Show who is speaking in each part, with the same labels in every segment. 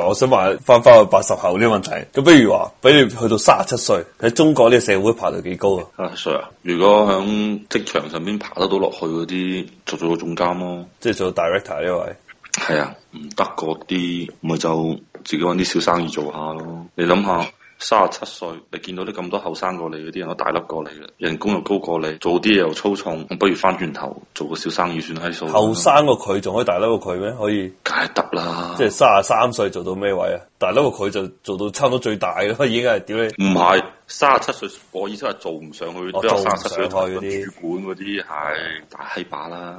Speaker 1: 我想話翻翻去八十後呢個問題。咁比如話，俾你去到三十七歲，喺中國呢個社會爬到幾高啊？
Speaker 2: 啊，Sir 啊，如果響職場上邊爬得到落去嗰啲，就做個總監咯。
Speaker 1: 即係做 director 呢位。
Speaker 2: 係啊，唔得嗰啲，咪就自己揾啲小生意做下咯。你諗下，三十七歲，你見到啲咁多後生過你嗰啲人都大粒過你啦，人工又高過你，做啲嘢又粗重，我不如翻轉頭做個小生意算閪數啦。
Speaker 1: 後生過佢仲可以大粒過佢咩？可以，
Speaker 2: 梗係得啦，
Speaker 1: 即係三十三歲做到咩位啊？大粒過佢就做到差唔多最大咯，已經係屌你！
Speaker 2: 唔係三十七歲，我意思係做唔上去，
Speaker 1: 哦
Speaker 2: 都有三十七歲
Speaker 1: 做唔上去嗰啲
Speaker 2: 主管嗰啲係大閪把啦。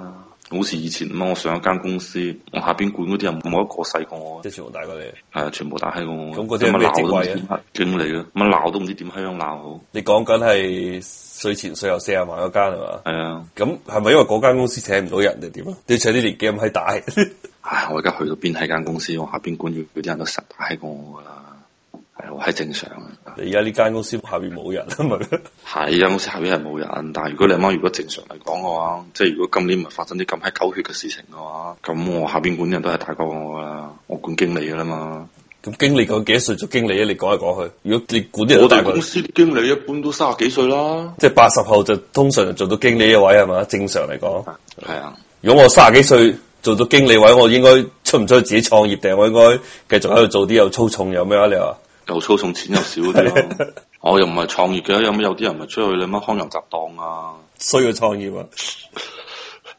Speaker 2: 好似以前咁啊，我上一間公司，我下邊管嗰啲人冇一個細過我嘅，
Speaker 1: 即係全部大過你。
Speaker 2: 係啊，全部打閪過我嘅。
Speaker 1: 咁嗰啲係
Speaker 2: 咁啊
Speaker 1: 咩
Speaker 2: 鬧都
Speaker 1: 職
Speaker 2: 唔知
Speaker 1: 位
Speaker 2: 點經理啊，咁啊鬧都唔知點香鬧好。
Speaker 1: 你講緊係稅前稅後四十萬嗰間係嘛？
Speaker 2: 係啊，
Speaker 1: 咁係咪因為嗰間公司請唔到人定點啊？你請啲年紀咁閪大，
Speaker 2: 唉，我而家去到邊喺間公司，我下邊管住嗰啲人都實打閪過我噶啦，係好閪正常啊。
Speaker 1: 你而家呢間公司下邊冇人啊係咪？
Speaker 2: 係間公司下邊係冇人，但係如果你阿媽如果正常嚟講嘅話，即係如果今年咪發生啲咁閪狗血嘅事情嘅話，咁我下邊管人都係大過我噶啦，我管經理噶啦嘛。
Speaker 1: 咁經理究竟幾多歲做經理啊？你講嚟講去，如果你管啲人都
Speaker 2: 我
Speaker 1: 大
Speaker 2: 哋
Speaker 1: 過你
Speaker 2: 公，司啲經理一般都三十幾歲啦。
Speaker 1: 即係八十後就通常就做到經理嘅位係嘛？正常嚟講，
Speaker 2: 係啊，
Speaker 1: 如果我三十幾歲做到經理位，我應該出唔出去自己創業定係我應該繼續喺度做啲又粗重又咩啊？你話
Speaker 2: 又粗送錢又少嗰啲咯。我又唔係啊創業嘅，有咩有啲人咪出去你乜康油雜檔啊？
Speaker 1: 衰過創業啊？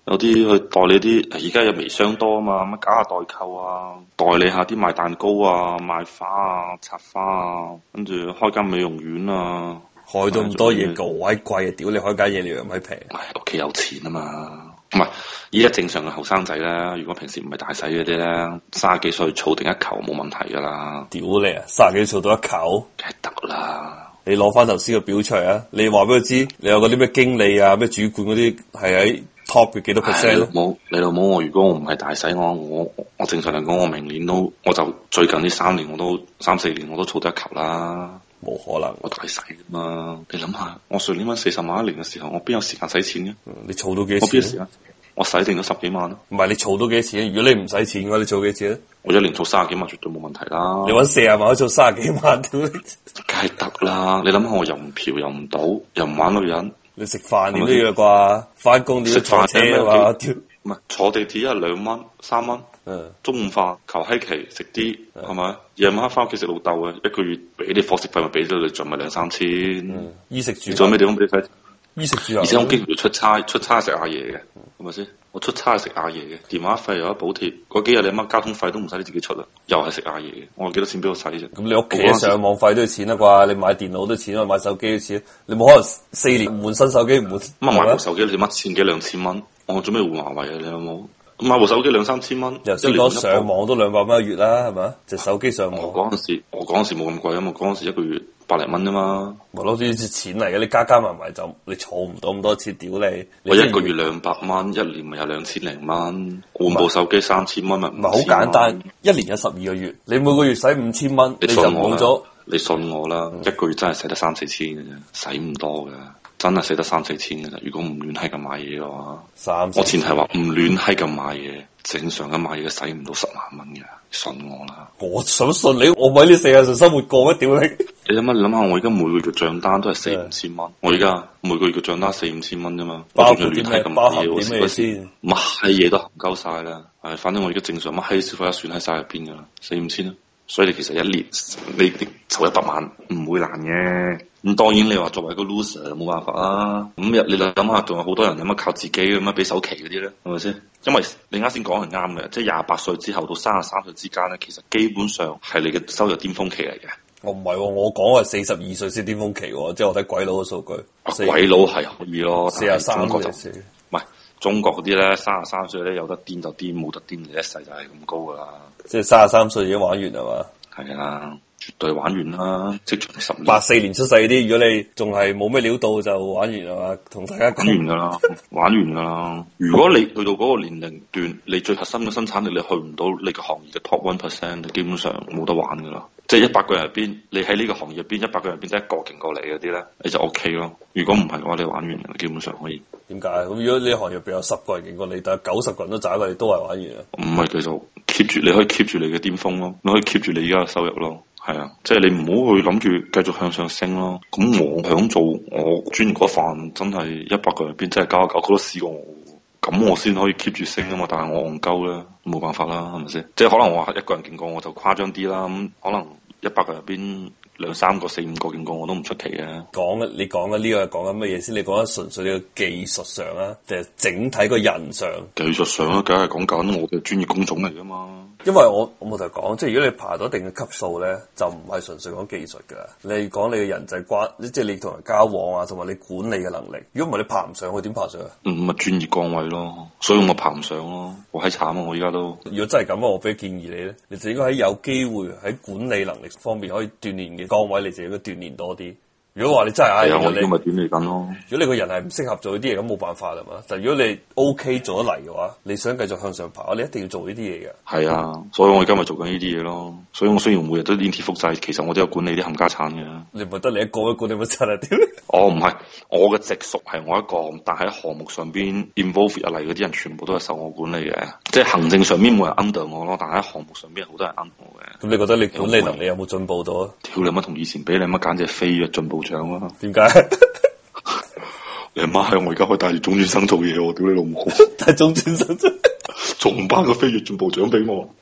Speaker 2: 有啲去代理啲，而家有微商多啊嘛，乜搞下代購啊，代理下啲賣蛋糕啊、賣花啊、插花啊，跟住開間美容院啊，
Speaker 1: 開到咁多嘢，個位貴啊！屌你開間嘢你又唔閪平，
Speaker 2: 唉，屋企有錢啊嘛。唔係，依家正常嘅後生仔咧，如果平時唔係大使嗰啲咧，卅幾歲儲定一球冇問題噶啦，
Speaker 1: 屌你啊！三十幾歲做到一球。
Speaker 2: 梗係得啦。
Speaker 1: 你攞翻頭先個表出嚟啊！你話俾佢知，你有嗰啲咩經理啊、咩主管嗰啲係喺 top 嘅幾多
Speaker 2: 唉你
Speaker 1: percent
Speaker 2: 老
Speaker 1: 咯？
Speaker 2: 母，你老母！我如果我唔係大使，我我我正常嚟講，我明年都我就最近呢三年我都三四年我都儲得一球啦。
Speaker 1: 冇可能，
Speaker 2: 我大使噶嘛，你諗下，我上年揾四十萬一年嘅時候，我邊有時間使錢嘅？
Speaker 1: 你儲到幾
Speaker 2: 我
Speaker 1: 多
Speaker 2: 邊有時
Speaker 1: 錢啊？
Speaker 2: 間？我使定咗十幾萬咯，
Speaker 1: 唔係你儲到幾多錢？如果你唔使錢嘅話，你儲幾多錢啊？
Speaker 2: 我一年儲三十幾萬絕對冇問題啦。
Speaker 1: 你揾四啊萬，可以儲三十幾萬，屌你！
Speaker 2: 梗係得啦，你諗下我又唔嫖又唔賭又唔玩女人，
Speaker 1: 你食飯點都要啩？翻工啊點都坐車啊嘛？屌，
Speaker 2: 唔係坐地鐵一係兩蚊三蚊，
Speaker 1: 嗯，
Speaker 2: 中午飯求閪期食啲
Speaker 1: 啊
Speaker 2: 係咪？夜晚黑翻屋企食老豆啊嘅，一個月俾你伙食費咪俾咗你，仲咪兩三千。
Speaker 1: 衣食住
Speaker 2: 你仲
Speaker 1: 行
Speaker 2: 有咩地方俾你
Speaker 1: 啊
Speaker 2: 使？
Speaker 1: 衣食住
Speaker 2: 而且我
Speaker 1: 行，
Speaker 2: 經常要出差，出差食下夜嘅，係咪先？我出差食下夜嘅，電話費又有補貼，嗰幾日你媽交通費都唔使你自己出啦，又係食下夜嘅。我有幾多錢俾我使啫？
Speaker 1: 咁你屋企上網費都要錢啦啊啩？你買電腦都要錢啊，買手機都要錢，你冇可能四年唔換新手機唔換。
Speaker 2: 咁啊買部
Speaker 1: 係咪
Speaker 2: 手機你乜千幾兩千蚊，我準備換華為啊，你有冇？買部手機兩三千蚊，
Speaker 1: 由
Speaker 2: 一
Speaker 1: 先
Speaker 2: 年
Speaker 1: 講
Speaker 2: 換一部
Speaker 1: 上。網都兩百蚊一個月啦，係咪啊？隻手機上網
Speaker 2: 我。嗰陣時，我嗰陣時冇咁貴啊嘛，嗰陣時一個月百零蚊啫嘛，
Speaker 1: 咪攞住啲錢嚟嘅，你加加埋埋就你儲唔到咁多錢，屌你！
Speaker 2: 我
Speaker 1: 你
Speaker 2: 一個月兩百蚊，一年咪有兩千零蚊，換部手機三千蚊咪
Speaker 1: 唔
Speaker 2: 唔
Speaker 1: 係好簡單，一年有十二個月，你每個月使五千蚊，
Speaker 2: 你
Speaker 1: 啊你
Speaker 2: 信
Speaker 1: 就
Speaker 2: 我啦
Speaker 1: 冇咗。嗯
Speaker 2: 你信我啦，一個月真係使得三四千嘅啫，使唔多嘅，真係使得三四千嘅啫。如果唔亂閪咁買嘢嘅話，
Speaker 1: 三
Speaker 2: 我
Speaker 1: 千
Speaker 2: 前提話唔亂閪咁買嘢，正常咁買嘢使唔到十萬蚊嘅，信我啦。
Speaker 1: 我想信你，我咪呢世界上生活過咩？屌你！
Speaker 2: 你諗下，你諗下，我而家每個月嘅帳單都係四
Speaker 1: 係
Speaker 2: 五千蚊，我而家每個月嘅帳單四五千蚊啫嘛，
Speaker 1: 包
Speaker 2: 我
Speaker 1: 括
Speaker 2: 仲要亂
Speaker 1: 啲咩
Speaker 2: 閪咁買
Speaker 1: 包含
Speaker 2: 嘢，我
Speaker 1: 啲咩
Speaker 2: 嗰時
Speaker 1: 先
Speaker 2: 乜閪嘢都含鳩晒啦。唉，反正我而家正常乜閪消費一算喺晒入邊噶啦，四五千啦。所以你其實一年你你籌一百萬唔會難嘅。咁當然你話作為一個 loser 冇辦法啦。咁日你諗下，仲有好多人有乜靠自己咁樣俾首期嗰啲咧，係咪先？因為你啱先講係啱嘅，即係廿八歲之後到三十三歲之間咧，其實基本上係你嘅收入巔峰期嚟嘅。
Speaker 1: 我唔係喎，我講係四十二歲先巔峰期喎，即係我睇鬼佬啊嘅數據，
Speaker 2: 啊
Speaker 1: 四
Speaker 2: 鬼佬係可以咯，
Speaker 1: 四
Speaker 2: 但
Speaker 1: 廿
Speaker 2: 係
Speaker 1: 三
Speaker 2: 中國
Speaker 1: 嗰
Speaker 2: 就
Speaker 1: 陣
Speaker 2: 唔
Speaker 1: 時，
Speaker 2: 係中國嗰啲咧，三十三歲咧有得癲就癲，冇得癲你一世就係咁高噶啦，
Speaker 1: 即係三十三歲已經玩完係嘛？
Speaker 2: 係啊，絕對玩完啦，職場十年
Speaker 1: 八四年出世嗰啲，如果你仲係冇咩料到就玩完係嘛？同大家
Speaker 2: 玩
Speaker 1: 講，
Speaker 2: 完噶啦，玩完噶啦。如果你去到嗰個年齡段，你最核心嘅生產力你去唔到你個行業嘅 top one percent，你基本上冇得玩噶啦。即係一百個人入邊，你喺呢個行業入邊一百個人入邊得一個勁過你嗰啲咧，你就 O K 咯。如果唔係嘅話，你玩完啦，基本上可以。
Speaker 1: 點解？咁如果呢行入邊有十個人勁過你，但係九十個人都渣過你，都係玩完啊！
Speaker 2: 唔係叫做 keep 住，你可以 keep 住你嘅巔峰咯，你可以 keep 住你而家嘅收入咯。係啊，即係你唔好去諗住繼續向上升咯。咁我想做我專業嗰份，真係一百個人入邊真係九十九個都試過我喎，咁我先可以 keep 住升啊嘛。但係我戇鳩啦，冇辦法啦，係咪先？即係可能我一個人見過我就誇張啲啦，咁可能一百個人入邊兩三個、四五個見過我都唔出奇嘅。
Speaker 1: 講嘅你講嘅呢個係講緊乜嘢先？你講緊純粹你個技術上啊，定係整體個人上？
Speaker 2: 技術上咧，梗係講緊我嘅專業工種嚟噶嘛。
Speaker 1: 因為我我冇同你講，即係如果你爬到一定嘅級數咧，就唔係純粹講技術㗎啦。你講你嘅人際關，即係你同人交往啊，同埋你管理嘅能力。如果唔係，你爬唔上去點爬上去？啊
Speaker 2: 嗯，咪專業崗位咯，所以我爬唔上咯，好閪慘啊！我而家都
Speaker 1: 如果真係咁啊，我俾建議你咧，你就應該喺有機會喺管理能力方面可以鍛鍊嘅崗位，你就應該鍛鍊多啲。如果話你真係唉，
Speaker 2: 係啊，我
Speaker 1: 你
Speaker 2: 而家咪點嚟緊咯。
Speaker 1: 如果你個人係唔適合做呢啲嘢，咁冇辦法啦嘛。但如果你 OK 做得嚟嘅話，你想繼續向上爬，你一定要做呢啲嘢嘅。
Speaker 2: 係啊，所以我而家咪做緊呢啲嘢咯。所以我雖然每日都黏貼複製，其實我都有管理啲冚家產嘅。
Speaker 1: 你唔係得你一個一個你咪真係屌！
Speaker 2: 我哦唔係，我嘅直屬係我一個，但喺項目上邊 involve 入嚟嗰啲人全部都係受我管理嘅，即係行政上邊冇人 under 我咯，但喺項目上邊好多人 under 我嘅。
Speaker 1: 咁你覺得你管理能力有冇進步到啊？
Speaker 2: 屌你乜同以前比，你乜簡直係飛躍進步獎啊啦！
Speaker 1: 點解？
Speaker 2: 你阿媽係我而家可以帶住總轉生做嘢喎，屌你老母，
Speaker 1: 但係中轉生真
Speaker 2: 仲頒個飛躍進步獎俾我。